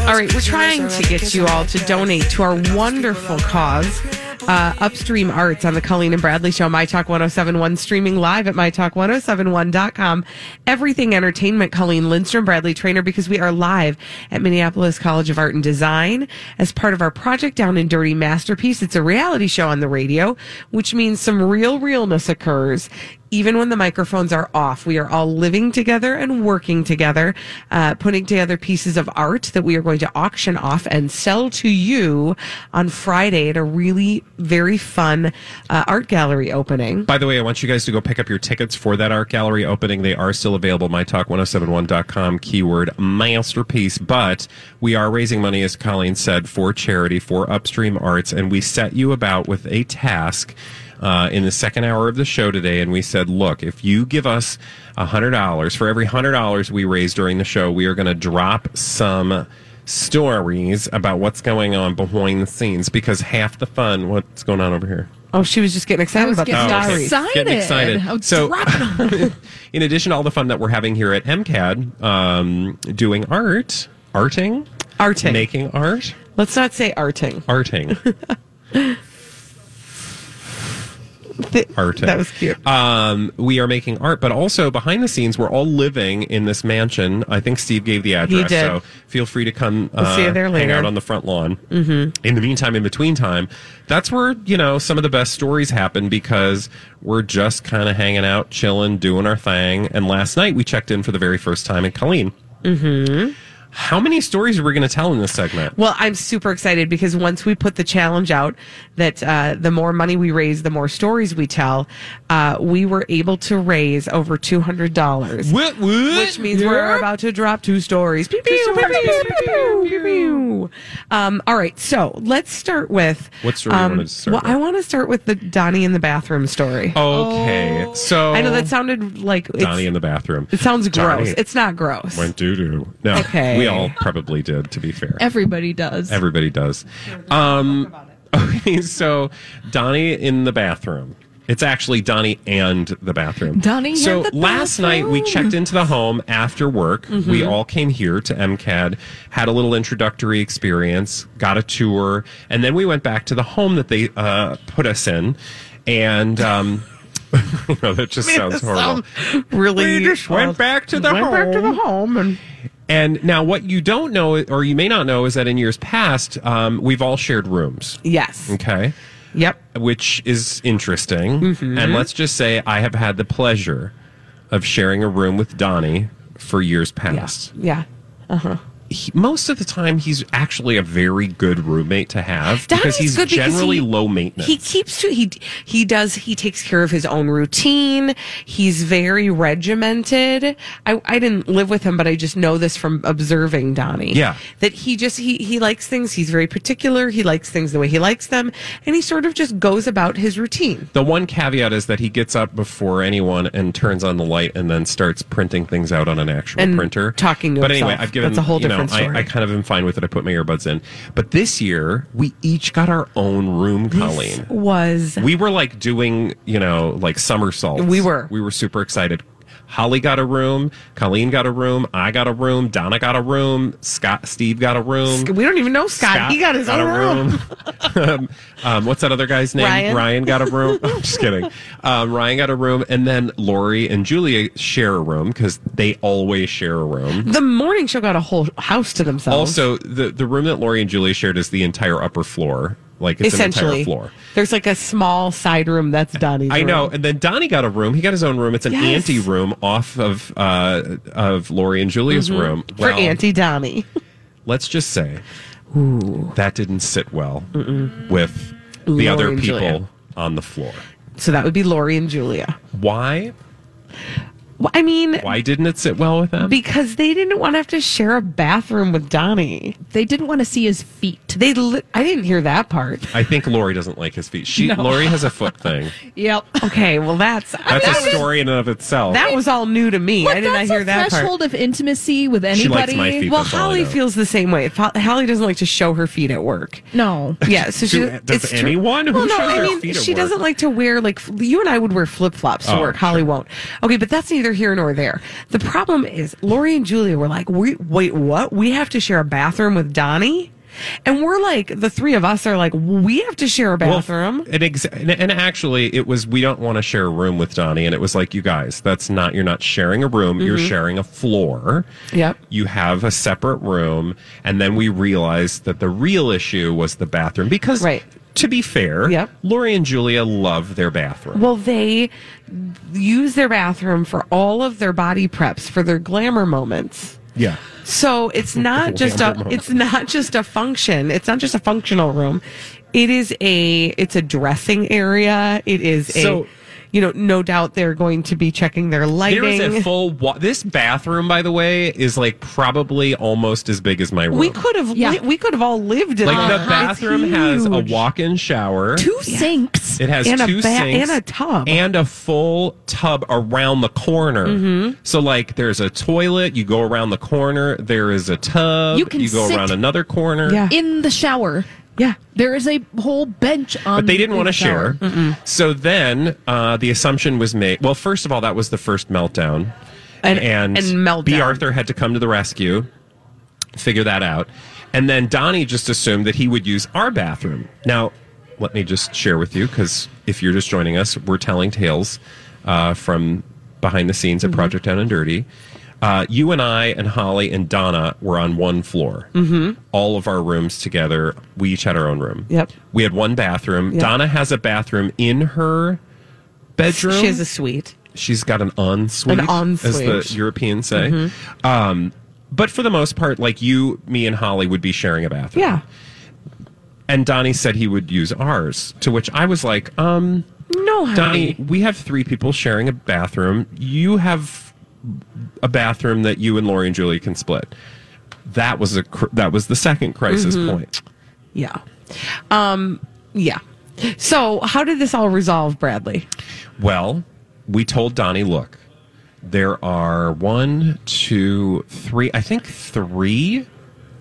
All right, we're trying to get you all to donate to our wonderful cause, uh, Upstream Arts on the Colleen and Bradley Show, My Talk 1071, streaming live at MyTalk1071.com. Everything Entertainment, Colleen Lindstrom, Bradley Trainer, because we are live at Minneapolis College of Art and Design as part of our Project Down and Dirty Masterpiece. It's a reality show on the radio, which means some real realness occurs even when the microphones are off, we are all living together and working together, uh, putting together pieces of art that we are going to auction off and sell to you on Friday at a really very fun uh, art gallery opening. By the way, I want you guys to go pick up your tickets for that art gallery opening. They are still available. MyTalk1071.com, keyword masterpiece. But we are raising money, as Colleen said, for charity, for Upstream Arts. And we set you about with a task uh, in the second hour of the show today. And we said, look, if you give us $100, for every $100 we raise during the show, we are going to drop some stories about what's going on behind the scenes because half the fun, what's going on over here? Oh, she was just getting excited about Oh, the okay. stories. Getting excited. Oh, so, in addition to all the fun that we're having here at MCAD, um, doing art, arting, Arting. making art, Let's not say arting. arting. Th- Arting. That was cute. um, we are making art, but also behind the scenes, we're all living in this mansion. I think Steve gave the address, did. so feel free to come uh, see you there hang later. out on the front lawn. Mm-hmm. In the meantime, in between time, that's where you know some of the best stories happen because we're just kind of hanging out, chilling, doing our thing. And last night we checked in for the very first time in Colleen. Mm-hmm. How many stories are we going to tell in this segment? Well, I'm super excited because once we put the challenge out that uh, the more money we raise, the more stories we tell, uh, we were able to raise over $200. What, what? Which means we're about to drop two stories. Pew, pew, pew, pew, pew, pew, pew, pew. Um, all right, so let's start with. um, What story you wanted to start Well, with? I want to start with the Donnie in the bathroom story. Okay, so I know that sounded like it's, Oh. Donnie in the bathroom. it sounds gross. Donnie. It's not gross. went doo doo. No, Okay. we all probably did. To be fair, Everybody does. everybody does. Um, okay, so Donnie in the bathroom. It's actually Donnie and the bathroom. Donnie and So the last night we bathroom. Mm-hmm. checked into the home after work. We all came here to MCAD, had a little introductory experience, got a tour, and then we went back to the home that they uh, put us in. And um, no, that just sounds horrible. really. We just went back to the Went back to the home. home and And now, what you don't know, or you may not know, is that in years past, um, we've all shared rooms. yes, Okay. yep. Which is interesting. Mm-hmm. And let's just say I have had the pleasure of sharing a room with Donnie for years past. Yeah. He- most of the time, he's actually a very good roommate to have because Donnie's he's good because generally he- low maintenance. He keeps to he he does he takes care of his own routine. He's very regimented. I I didn't live with him, but I just know this from observing Donnie. Yeah. that he just he he likes things. He's very particular. He likes things the way he likes them, and he sort of just goes about his routine. the one caveat is that he gets up before anyone and turns on the light and then starts printing things out on an actual And printer. talking to But himself. anyway, I've given That's a whole you know, different I- story. I, kind of am fine with it. I put my earbuds in. But this year, we each got our own room, Colleen. Was We were like doing, you know, like somersaults. We were. We were super excited. Holly got a room. Colleen got a room. I got a room. Donna got a room. Scott, Steve got a room. we don't even know Scott. he got his own a room. room. um, um, what's that other guy's name? Ryan. got a room. I'm just kidding. Um, Ryan got a room, and then Lori and Julia share a room because they always share a room. The morning show got a whole house to themselves. Also, the the room that Lori and Julia shared is the entire upper floor. Like it's an entire essentially, floor. there's like a small side room that's Donnie's. I know. room. And then Donnie got a room. He got his own room. It's an Yes. ante room off of uh, of Lori and Julia's room. Mm-hmm. for Auntie Donnie. let's just say that didn't sit well with the Lori other and people Julia. on the floor. So that would be Lori and Julia. Why? Well, I mean, Why didn't it sit well with them? because they didn't want to have to share a bathroom with Donnie. They didn't want to see his feet. They, li- I didn't hear that part. I think Lori doesn't like his feet. She Lori has a foot thing. Yep. Okay, well that's That's that, a story in and of itself. that was all new to me. I did not that's hear a that part. threshold of intimacy with anybody. She likes my feet. Well, That's all I Holly know. feels the same way. Fo- Holly doesn't like to show her feet at work. No. Yeah, so she Do- does it's true. anyone who Well, no, shows I their mean feet at she work? doesn't like to wear like f- you and I would wear flip flops to Oh, work. Holly won't. Okay, but that's neither here nor there. The problem is Lori and Julia were like, we, wait, what? We have to share a bathroom with Donnie, and we're like, the three of us are like, we have to share a bathroom. Well, and, ex- and, and actually, it was we don't want to share a room with Donnie, and it was like, you guys, that's not you're not sharing a room, you're sharing a floor. Mm-hmm. Yep. You have a separate room, and then we realized that the real issue was the bathroom because, Right. to be fair, Yep. Lori and Julia love their bathroom. Well, they use their bathroom for all of their body preps for their glamour moments. yeah. So it's not just a Glamour it's not just a function. It's not just a functional room. It is a it's a dressing area. It is a So- you know, no doubt they're going to be checking their lighting. There is a full. Wa- this bathroom, by the way, is like probably almost as big as my room. we could have Yeah. li- we could have all lived in like that. the It's bathroom has a huge. walk-in shower. Two sinks. It has And a two ba- and sinks a tub. and a full tub around the corner. So like there's a toilet, you go around the corner, there is a tub, You can go sit- around another corner. Yeah. in the shower. Yeah. There is a whole bench on But they didn't in want the to share. shower. So then uh, the assumption was made. Well, first of all, that was the first meltdown. And and, meltdown. B. Arthur had to come to the rescue, figure that out. And then Donnie just assumed that he would use our bathroom. Now, let me just share with you, because if you're just joining us, we're telling tales uh, from behind the scenes Mm-hmm. at Project Down and Dirty. Uh, you and I and Holly and Donna were on one floor. Mm-hmm. All of our rooms together. We each had our own room. Yep. We had one bathroom. Donna has a bathroom in her bedroom She has a suite. she's got an ensuite, An Mm-hmm. ensuite. as the Europeans say. Um, but for the most part, like you, me, and Holly would be sharing a bathroom. Yeah. And Donnie said he would use ours, to which I was like, um, No, honey. Donnie, we have three people sharing a bathroom. You have a bathroom that you and Lori and Julie can split. That was a cr- that was the second crisis Mm-hmm. point. Yeah. Um, yeah. So, how did this all resolve, Bradley? Well, we told Donnie, look, there are one, two, three, I think three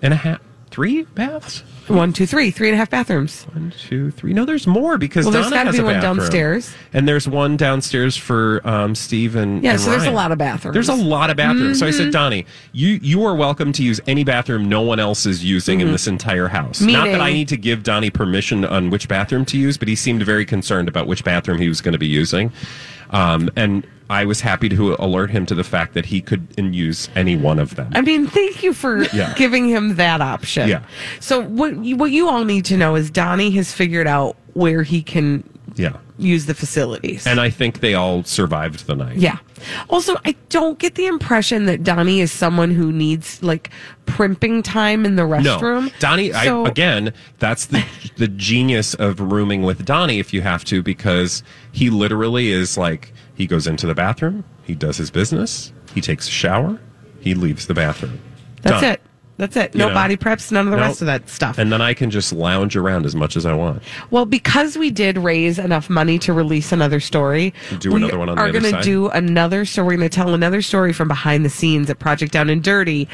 and a half, three baths? One, two, three, three and a half bathrooms. One, two, three. No, there's more because Well, there's Donna gotta has be a one bathroom. downstairs. And there's one downstairs for um, Steve and Yeah, and so there's a Ryan. lot of bathrooms. Mm-hmm. There's a lot of bathrooms. So I said, Donnie, you, you are welcome to use any bathroom no one else is using Mm-hmm. in this entire house. Not that Meaning- I need to give Donnie permission on which bathroom to use, but he seemed very concerned about which bathroom he was going to be using. Um, and I was happy to alert him to the fact that he could and use any one of them. I mean, thank you for Yeah. giving him that option. Yeah. So, what you, what you all need to know is Donnie has figured out where he can yeah. use the facilities. And uh, I think they all survived the night. yeah. Also, I don't get the impression that Donnie is someone who needs like primping time in the restroom. No, Donnie. So- I, again, that's the the genius of rooming with Donnie if you have to, because he literally is like he goes into the bathroom, he does his business, he takes a shower, he leaves the bathroom. That's Done. it. That's it. You No know? body preps, none of the No. rest of that stuff. And then I can just lounge around as much as I want. Well, because we did raise enough money to release another story, Do we another one on the are other gonna side? do another story. We're going to tell another story from behind the scenes at Project Down and Dirty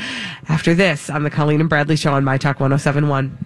after this on the Colleen and Bradley Show on My Talk 1071.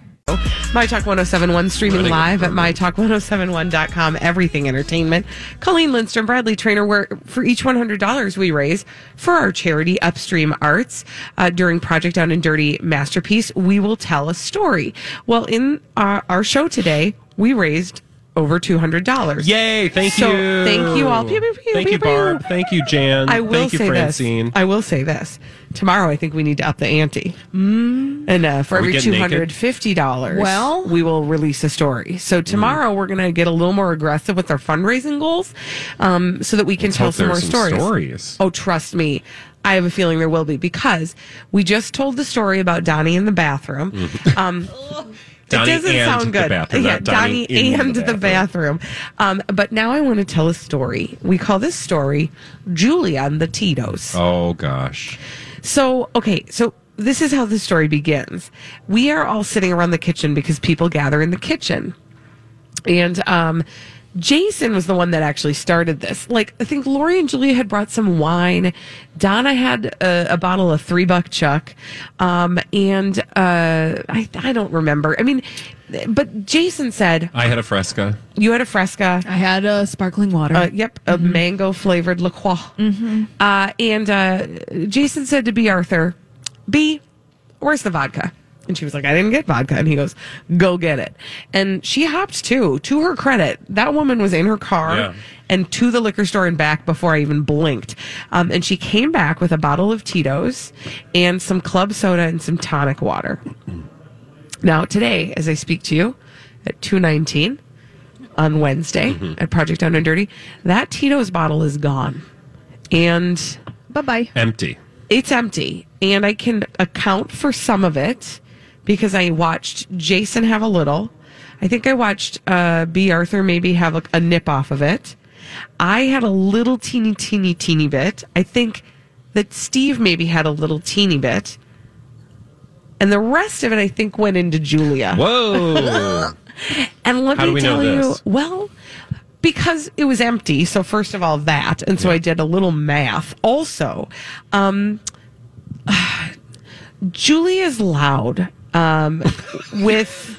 My Talk 1071 streaming Running live at improvement. mytalk1071.com. Everything Entertainment. Colleen Lindstrom, Bradley Trainer, where for each $100 we raise for our charity Upstream Arts uh, during Project Down and Dirty Masterpiece, we will tell a story. Well, in our, our show today, we raised over $200. Yay! Thank So, you. thank you all. Pew, pew, pew, thank pew, you, Barb. pew. Thank you, Jan. I will thank you, say Francine. this. I will say this. Tomorrow, I think we need to up the ante. And uh, for Mm. Are we every two getting naked? hundred fifty dollars, Well- we will release a story. Mm. So tomorrow, we're going to get a little more aggressive with our fundraising goals, um, so that we can tell hope some more there's some stories. stories. Oh, trust me. I have a feeling there will be because we just told the story about Donnie in the bathroom. Um, Mm-hmm. Donnie it doesn't and sound the good. bathroom, yeah, not Donnie Donnie, in and the the bathroom. Um, but now I want to tell a story. We call this story Julie on the Tito's. Oh gosh. So, okay, so this is how the story begins. We are all sitting around the kitchen because people gather in the kitchen. And um Jason was the one that actually started this. Like I think Lori and Julia had brought some wine. Donna had a, a bottle of three buck chuck, um, and uh, I, I don't remember. I mean, but Jason said I had a fresca. you had a fresca. I had a sparkling water. Uh, yep, a mango flavored La Croix. Uh, and uh, Jason said to B. Arthur, B, where's the vodka? And she was like, I didn't get vodka. And he goes, go get it. And she hopped too. To her credit, that woman was in her car Yeah. and to the liquor store and back before I even blinked. Um, and she came back with a bottle of Tito's and some club soda and some tonic water. Now, today, as I speak to you at 219 on Wednesday at Project Down and Dirty, that Tito's bottle is gone. And bye bye. Empty. it's empty. And I can account for some of it because I watched Jason have a little. I think I watched uh, B. Arthur maybe have a, a nip off of it. I had a little teeny, teeny, teeny bit. I think that Steve maybe had a little teeny bit. And the rest of it, I think, went into Julia. Whoa. And let How do me we know tell you, this? well, because it was empty. So first of all, that, and so I did a little math. Also, um, Julie is loud um, with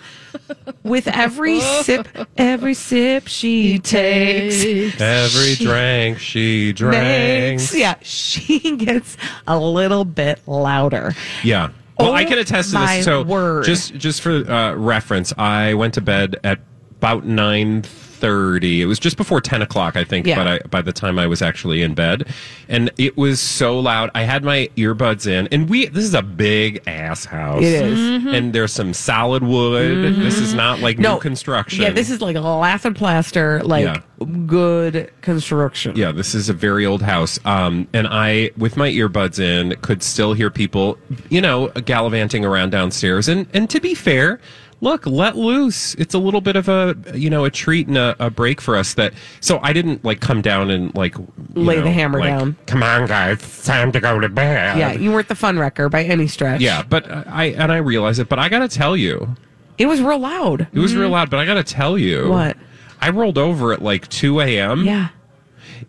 with every sip, every sip she takes. Every drink she drank. Makes, yeah, she gets a little bit louder. Yeah. Well, Oh, I can attest to my this. So, word. just just for uh, reference, I went to bed at about nine thirty. It was just before ten o'clock, I think. Yeah. But I, by the time I was actually in bed, and it was so loud. I had my earbuds in, and we. This is a big ass house. It is. Mm-hmm. and there's some solid wood. This is not like No new construction. Yeah, this is like lath and plaster, like Yeah. good construction. Yeah, this is a very old house. Um, and I, with my earbuds in, could still hear people, you know, gallivanting around downstairs. And and to be fair, look, let loose. It's a little bit of a you know a treat and a, a break for us. That so I didn't like come down and like you Lay the know, hammer like, down. Come on, guys, it's time to go to bed. Yeah, you weren't the fun wrecker by any stretch. yeah. But I and I realize it. But I gotta tell you, It was real loud. it was real loud. But I gotta tell you, Mm-hmm. What? I rolled over at like two a.m. Yeah.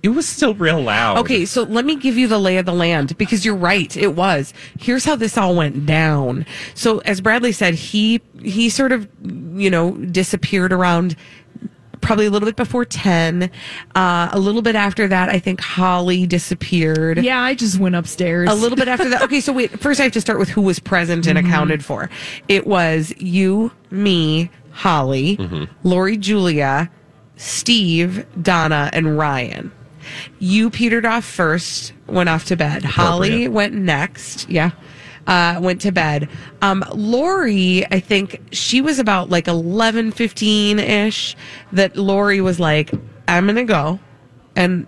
it was still real loud. Okay, so let me give you the lay of the land because you're right. It was. Here's how this all went down. So as Bradley said, he he sort of, you know, disappeared around probably a little bit before 10. Uh, a little bit after that, I think Holly disappeared. Yeah, I just went upstairs. A little bit after that. Okay, so wait. First, I have to start with who was present and accounted for. It was you, me, Holly, Lori, Julia, Steve, Donna, and Ryan. You petered off first, went off to bed. Holly Appropriate. went next. Yeah. Uh, went to bed. Um, Lori, I think she was about like eleven fifteen ish that Lori was like, I'm going to go. And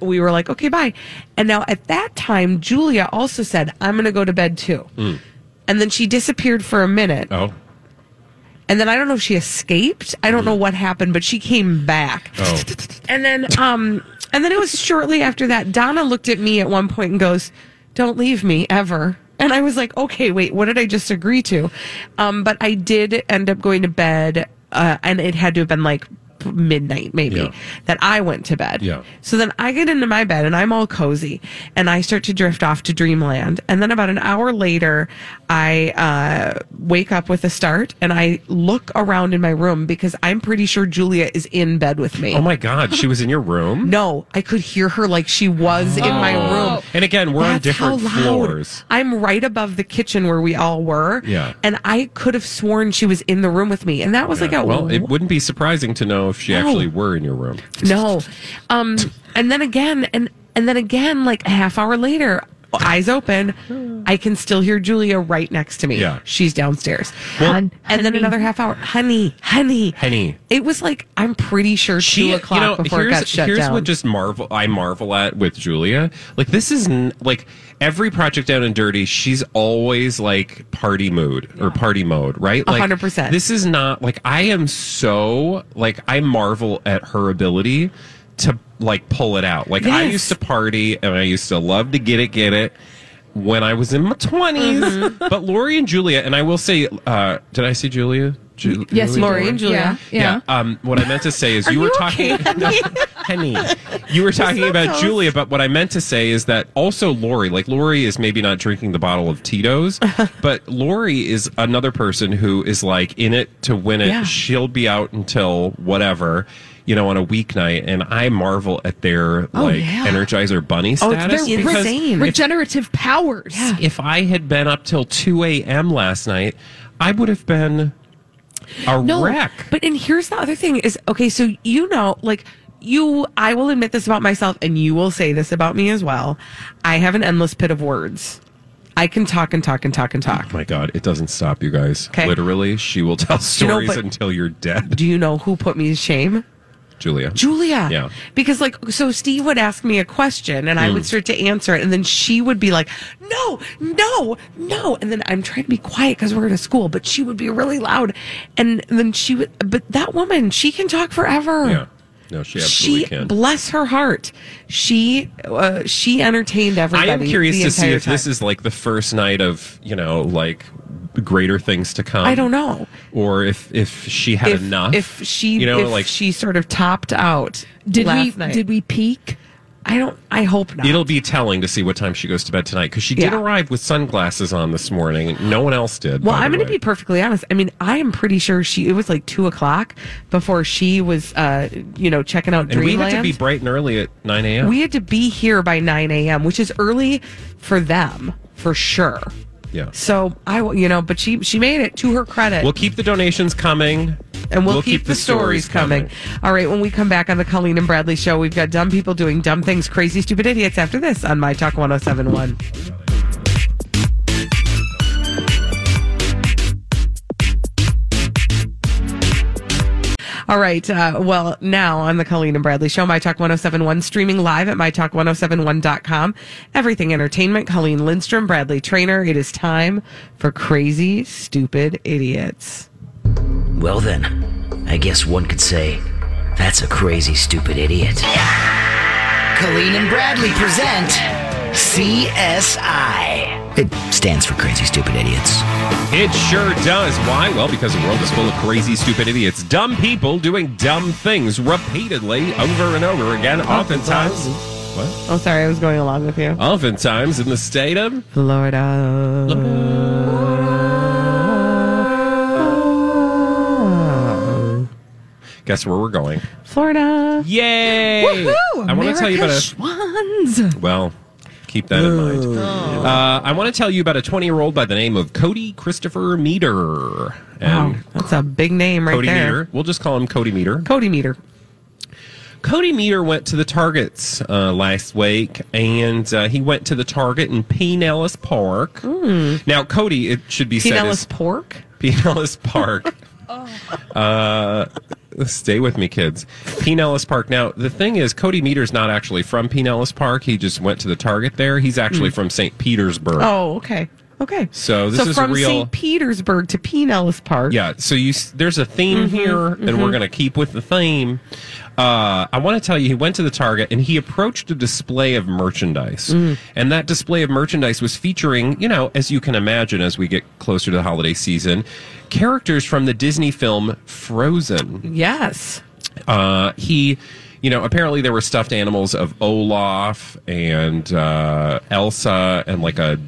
we were like, okay, bye. And now at that time, Julia also said, I'm going to go to bed too. And then she disappeared for a minute. Hmm. Oh. And then I don't know if she escaped. I don't know what happened, but she came back. Hmm. Oh. And then, um, and then it was shortly after that. Donna looked at me at one point and goes, "Don't leave me ever." And I was like, "Okay, wait, what did I just agree to?" Um, but I did end up going to bed, uh, and it had to have been like midnight maybe Yeah. that I went to bed. Yeah. So then I get into my bed and I'm all cozy and I start to drift off to dreamland. And then about an hour later, I uh, wake up with a start and I look around in my room because I'm pretty sure Julia is in bed with me. Oh my God, she was in your room? No, I could hear her like she was in my room. And again, Oh. we're on That's different how loud. floors. I'm right above the kitchen where we all were. Yeah. And I could have sworn she was in the room with me. And that was like Yeah, a well, it wouldn't be surprising to know if she actually were in your room. no. Um and then again and and then again like a half hour later eyes open, I can still hear Julia right next to me. Yeah. She's downstairs. Hun- and then honey. another half hour. Honey, honey. Henny. It was like, I'm pretty sure She- two o'clock you know, before it here's- got shut here's down. what just marvel I marvel at with Julia. Like this is n- like every project down and dirty. She's always like party mood or party mode, right? Like 100%. This is not like I am so like I marvel at her ability to like pull it out. Like I Yes. used to party and I used to love to get it, get it. When I was in my 20s Mm-hmm. but Lori and Julia, and I will say, uh, did I see Julia? Ju- Yes, Julia? Lori and Julia. Yeah. yeah. Yeah. Um, what I meant to say is you were you talking, okay, Henny. You were talking about Julia, but what I meant to say is that also Lori, like Lori is maybe not drinking the bottle of Tito's, but Lori is another person who is like in it to win it. Yeah. She'll be out until whatever, you know, on a weeknight, and I marvel at their like Oh, yeah. Energizer Bunny Oh, status. they're because insane. Regenerative powers. If I had been up till two a.m. last night, I would have been a wreck. But and here's the other thing is okay, so you know, like you I will admit this about myself and you will say this about me as well. I have an endless pit of words. I can talk and talk and talk and talk. my god, it doesn't stop, you guys. Okay. Literally, she will You tell know, stories but- until you're dead. Do you know who put me to shame? Julia. Julia. Yeah. Mm. Because like so Steve would ask me a question and I would start to answer it and then she would be like, "No, no, no." And then I'm trying to be quiet cuz we're at a school, but she would be really loud. And then she would but that woman, she can talk forever. Yeah. No, she absolutely she can. bless her heart. She uh, she entertained I everybody. am curious the to see entire if this time. is like the first night of, you know, like greater things to come. I don't know Or if if she had if, enough. if she you know, like she sort of topped out. Did last we Night. did we peak? I don't. I hope not. It'll be telling to see what time she goes to bed tonight because she did Yeah. arrive with sunglasses on this morning. No one else did. well, by the I'm going to way. be perfectly honest. I mean, I am pretty sure she. It was like two o'clock before she was, uh, you know, checking out And we Dreamland. had to be bright and early at 9 a.m. We had to be here by nine a.m., which is early for them for sure. yeah. So I, w- you know, but she she made it to her credit. We'll keep the donations coming. and we'll, keep, the, stories, coming. All right, when we come back on the Colleen and Bradley show, we've got dumb people doing dumb things, crazy, stupid idiots after this on My Talk 1071. All right. Uh, well, now on the Colleen and Bradley Show, My Talk 1071, streaming live at MyTalk1071.com. Everything Entertainment, Colleen Lindstrom, Bradley Trainer. It is time for Crazy, Stupid Idiots. Well, then, I guess one could say that's a crazy, stupid idiot. Colleen and Bradley present CSI. It stands for Crazy, Stupid Idiots. It sure does. Why? Well, because the world is full of crazy, stupid idiots, dumb people doing dumb things repeatedly over and over again, oftentimes. What? Oh, sorry, I was going along with you. Oftentimes in the state of. Florida. Guess where we're going? Florida. Yay! I want to tell Oh, you about a. Well, keep that in mind. Uh, I want to tell you about a 20 year old by the name of Cody Christopher Meter. And Wow, that's a big name right Cody there. Meter. We'll just call him Cody Meter. Cody Meter. Cody Meter went to the Targets uh, last week, and uh, he went to the Target in Pinellas Park. Now, Cody, it should be said, Hmm. Pinellas is Pork. Pinellas Park. uh, stay with me, kids. Pinellas Park. Now, the thing is, Cody Meter's not actually from Pinellas Park. He just went to the Target there. He's actually from St. Petersburg. Hmm. Oh, okay. Okay. So this so is from real- St. Petersburg to Pinellas Park. Yeah, so you s- there's a theme here, and we're going to keep with the theme. Uh, I want to tell you, he went to the Target and he approached a display of merchandise, and that display of merchandise was featuring, you know, as you can imagine, as we get closer to the holiday season, characters from the Disney film Frozen Yes. uh, he you know apparently there were stuffed animals of olaf and uh, elsa and like a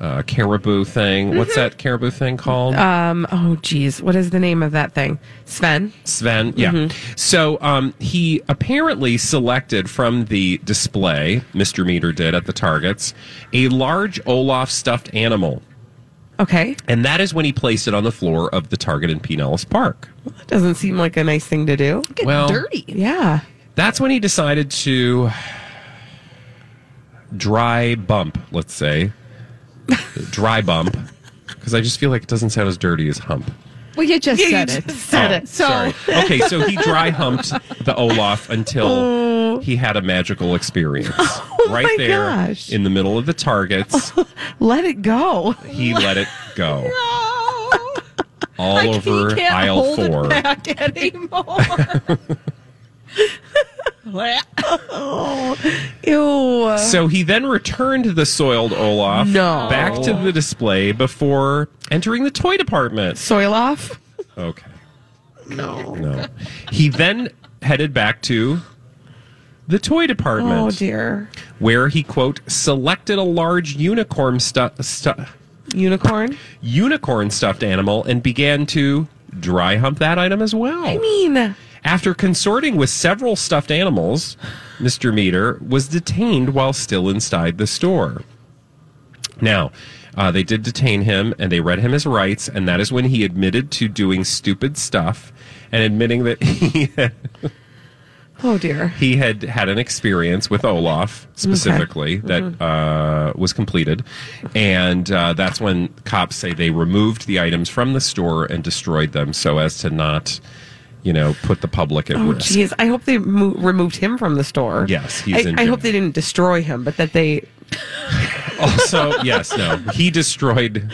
uh, caribou thing what's that caribou thing called Um. Oh, geez. What is the name of that thing? Sven. sven yeah so um, he apparently selected from the display mr meter did at the targets a large olaf stuffed animal Okay. and that is when he placed it on the floor of the target in pinellas park That doesn't seem like a nice thing to do. well dirty. Yeah. that's when he decided to dry bump, let's say. dry bump. Because I just feel like it doesn't sound as dirty as hump. Well, you just You said just it. said Oh, it. So sorry. Okay, so he dry humped the Olaf until he had a magical experience. right Oh. my there gosh. in the middle of the targets, let it go. he let it go. Oh, All over he can't aisle hold four. it back anymore. Ew. So he then returned the soiled Olaf No. back to the display before entering the toy department. Soil off. Okay. No. No. He then headed back to the toy department Oh dear. where he quote selected a large unicorn stu- stu- Unicorn. unicorn stuffed animal and began to dry hump that item as well. I mean, After consorting with several stuffed animals, Mr. Meter was detained while still inside the store. Now, uh, they did detain him and they read him his rights, and that is when he admitted to doing stupid stuff and admitting that he had, oh dear. he had had an experience with Olaf specifically that Mm-hmm. uh, was completed. And uh, that's when cops say they removed the items from the store and destroyed them so as to not, you know, put the public at Oh risk. jeez. I hope they mo- removed him from the store. Yes, he's I, in I hope jail. they didn't destroy him, but that they. also, yes, no, he destroyed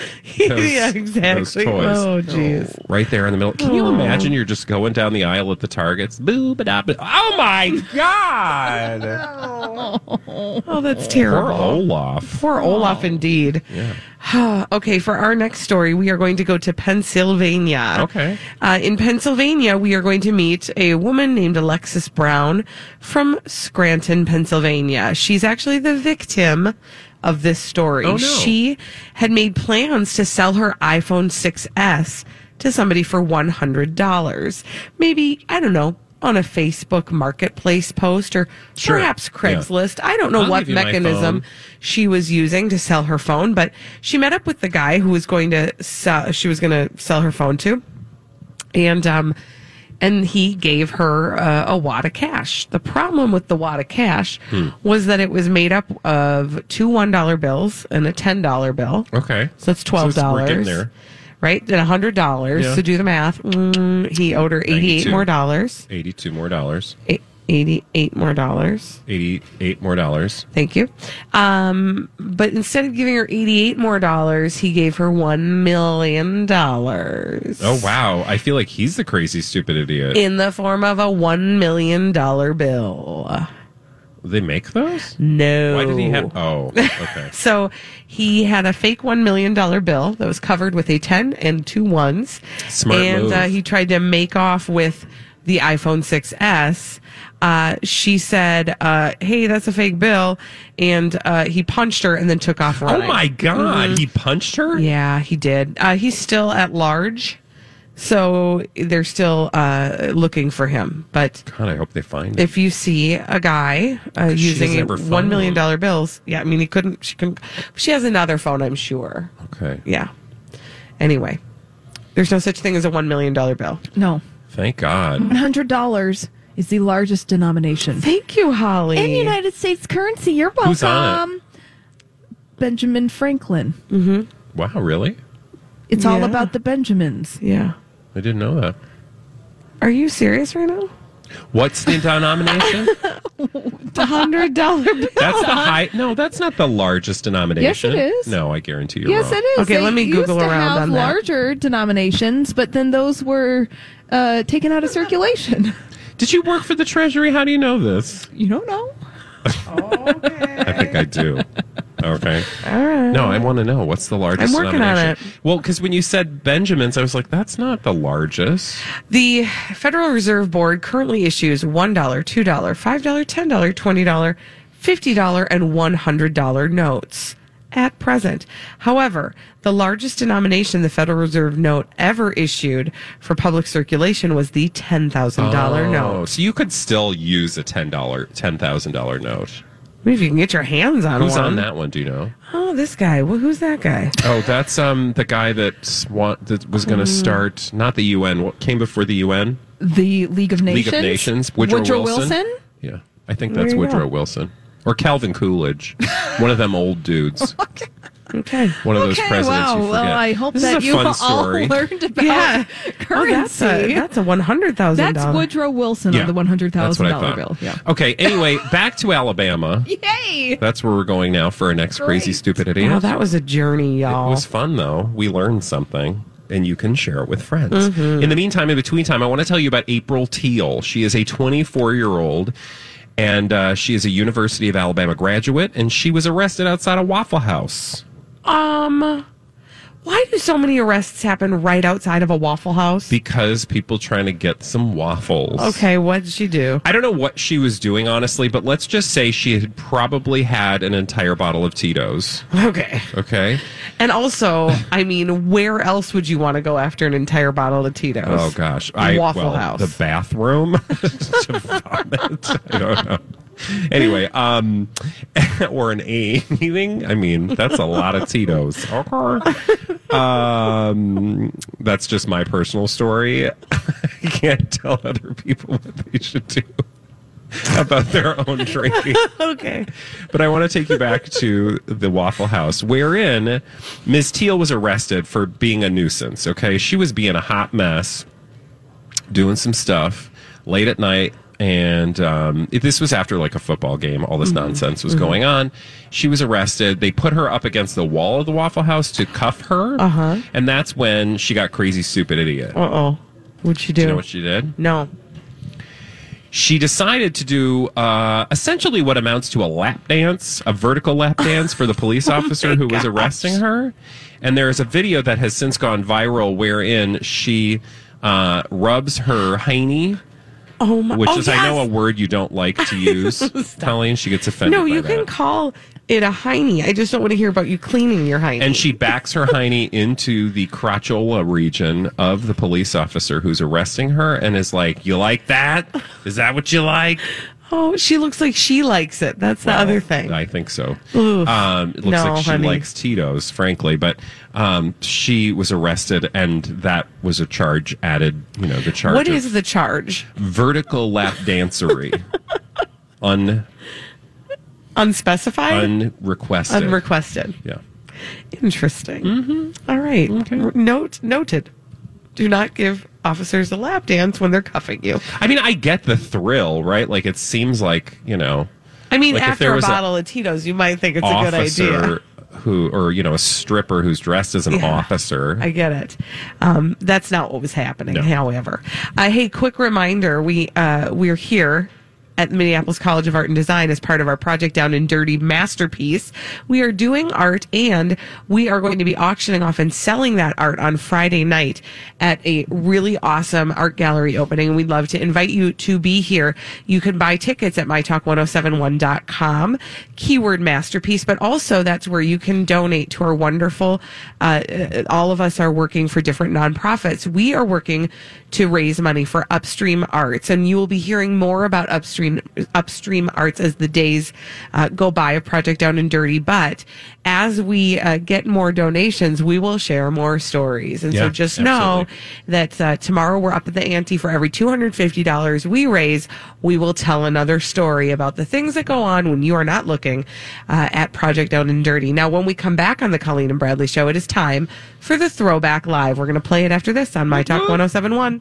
those, yeah, those exactly. toys Oh jeez. Oh. right there in the middle. Can you imagine you're just going down the aisle at the Targets? Boo, ba da, ba- Oh my God! Oh, that's Poor terrible. Olaf. Poor Olaf, indeed. okay, for our next story, we are going to go to Pennsylvania. Okay. Uh, in Pennsylvania, we are going to meet a woman named Alexis Brown from Scranton, Pennsylvania. She's actually the victim of this story. Oh, no. She had made plans to sell her iPhone 6S to somebody for $100. Maybe, I don't know, on a Facebook marketplace post or Sure. perhaps Yeah. Craigslist. I don't know I'll what give you my mechanism phone. she was using to sell her phone, but she met up with the guy who was going to sell, she was going to sell her phone to. And, um, and he gave her uh, a wad of cash. The problem with the wad of cash Hmm. was that it was made up of two $1 bills and a $10 bill. Okay. So it's So $12. it's- we're getting there. Right? And $100. Yeah. So do the math. Mm, he owed her 88 92. more dollars. 82 more dollars. Eight- 88 more dollars. 88 more dollars. Thank you. Um, but instead of giving her eighty-eight more dollars, he gave her one million dollars Oh, wow. I feel like he's the crazy, stupid idiot. in the form of a one million dollar bill. they make those? No. Why did he have. Oh, okay. So he had a fake one million dollar bill that was covered with a ten and two ones. Smart And move. Uh, he tried to make off with the iPhone 6s. Uh, she said, uh, "Hey, that's a fake bill," and uh, he punched her and then took off Oh, running. my God. He punched her? Yeah, he did. Uh, he's still at large, so they're still uh, looking for him. But God, I hope they find him. if you see a guy uh, she using doesn't have her one million phone. dollar bills, yeah, I mean he couldn't. She couldn't. She has another phone, I'm sure. Okay. Yeah. Anyway, there's no such thing as a one million dollar bill. no, Thank God. one hundred dollars is the largest denomination Thank you, Holly. in United States currency. You're welcome, Who's on it? Benjamin Franklin. Wow, really? It's all Yeah. about the Benjamins. yeah. I didn't know that. Are you serious right now? What's the denomination? A hundred dollar bill. that's the high. No, that's not the largest denomination. is. No, I guarantee you. Yes, it is. Okay, They let me used Google to around have on that. larger denominations, but then those were uh, taken out of circulation. Did you work for the Treasury? How do you know this? You don't know. I think I do. Okay. All right. No, I want to know what's the I'm largest. working on denomination? Well, because when you said Benjamins, I was like, that's not the largest. The Federal Reserve Board currently issues $1, $2, $5, $10, $20, $50, and $100 notes at present. However, the largest denomination the Federal Reserve note ever issued for public circulation was the $10,000 Oh, note. so you could still use a ten dollar, ten thousand dollar note. Maybe if you can get your hands on Who's one. on that one? Do you know? Oh, this guy. Well, who's that guy? Oh, that's um the guy that swan- that was going to start not the UN. What came before the UN? The League of Nations. League of Nations. Woodrow, Woodrow Wilson. Wilson. Yeah, I think that's you Woodrow go. Wilson. or Calvin Coolidge, one of them old dudes. Okay. One of those presidents wow. you forget. Well, I hope This is that a you fun all story. learned about Yeah. currency. Oh, that's a, that's a $100,000. That's Woodrow Wilson Yeah, on the one hundred that's thousand what I dollar thought. bill. Yeah. Okay. Anyway, back to Alabama. Yay! That's where we're going now for our next crazy stupidity. Wow, that was a journey, y'all. It was fun though. We learned something. And you can share it with friends. Mm-hmm. In the meantime, in between time, I want to tell you about April Teal. She is a 24 year old and uh, she is a University of Alabama graduate and she was arrested outside a Waffle House. Um, why do so many arrests happen right outside of a Waffle House? because people trying to get some waffles. okay, what did she do? I don't know what she was doing, honestly, but let's just say she had probably had an entire bottle of Tito's. Okay. Okay. And also, I mean, where else would you want to go after an entire bottle of Tito's? Oh gosh, I Waffle well, House. the bathroom to vomit. I don't know. Anyway, um, or an anything. I mean, that's a lot of Tito's. Okay. Um, that's just my personal story. I can't tell other people what they should do about their own drinking. Okay. But I want to take you back to the Waffle House, wherein Ms. Teal was arrested for being a nuisance. Okay. She was being a hot mess, doing some stuff late at night. And um, it- this was after like a football game. All this nonsense was going on. She was arrested. They put her up against the wall of the Waffle House to cuff her. Uh-huh. And that's when she got crazy, stupid idiot. Uh oh. What'd she do? You know what she did? no. she decided to do uh, essentially what amounts to a lap dance, a vertical lap dance for the police Oh officer who was arresting her. And there is a video that has since gone viral wherein she uh, rubs her hiney, Oh my. which oh, is, I know, a yes! word you don't like to use, Colleen. She gets offended. No, by you can that. call it a hiney. I just don't want to hear about you cleaning your hiney. And she backs her hiney into the crotchola region of the police officer who's arresting her and is like, You like that? Is that what you like? Oh, she looks like she likes it. That's the other thing. I think so. Oof. Um, it looks No, like she honey. likes Tito's, frankly. But um, she was arrested, and that was a charge added. You know, the charge what of is the charge? vertical lap dancery, un Unspecified? unrequested. Unrequested. yeah. Interesting. All right. R- Note noted. Do not give officers a lap dance when they're cuffing you. I mean, I get the thrill, right? Like it seems like you know, I mean, Like, if there after a was a bottle of Tito's, you might think it's a good idea. officer who, or you know, a stripper who's dressed as an Yeah. officer. I get it. Um, that's not what was happening. No. However, uh, hey, quick reminder: we uh, we're here at the Minneapolis College of Art and Design as part of our project Down and Dirty Masterpiece. We are doing art, and we are going to be auctioning off and selling that art on Friday night at a really awesome art gallery opening. And we'd love to invite you to be here. You can buy tickets at mytalk1071.com, keyword masterpiece, but also that's where you can donate to our wonderful, uh, uh, all of us are working for different nonprofits. We are working to raise money for Upstream Arts, and you will be hearing more about Upstream, Upstream Arts as the days uh, go by of Project Down and Dirty. But as we uh, get more donations, we will share more stories. And Yeah, so just know absolutely. that uh, tomorrow we're up at the ante for every $250 we raise. We will tell another story about the things that go on when you are not looking uh, at Project Down and Dirty. Now, when we come back on the Colleen and Bradley show, it is time for the Throwback Live. We're going to play it after this on My Talk 1071.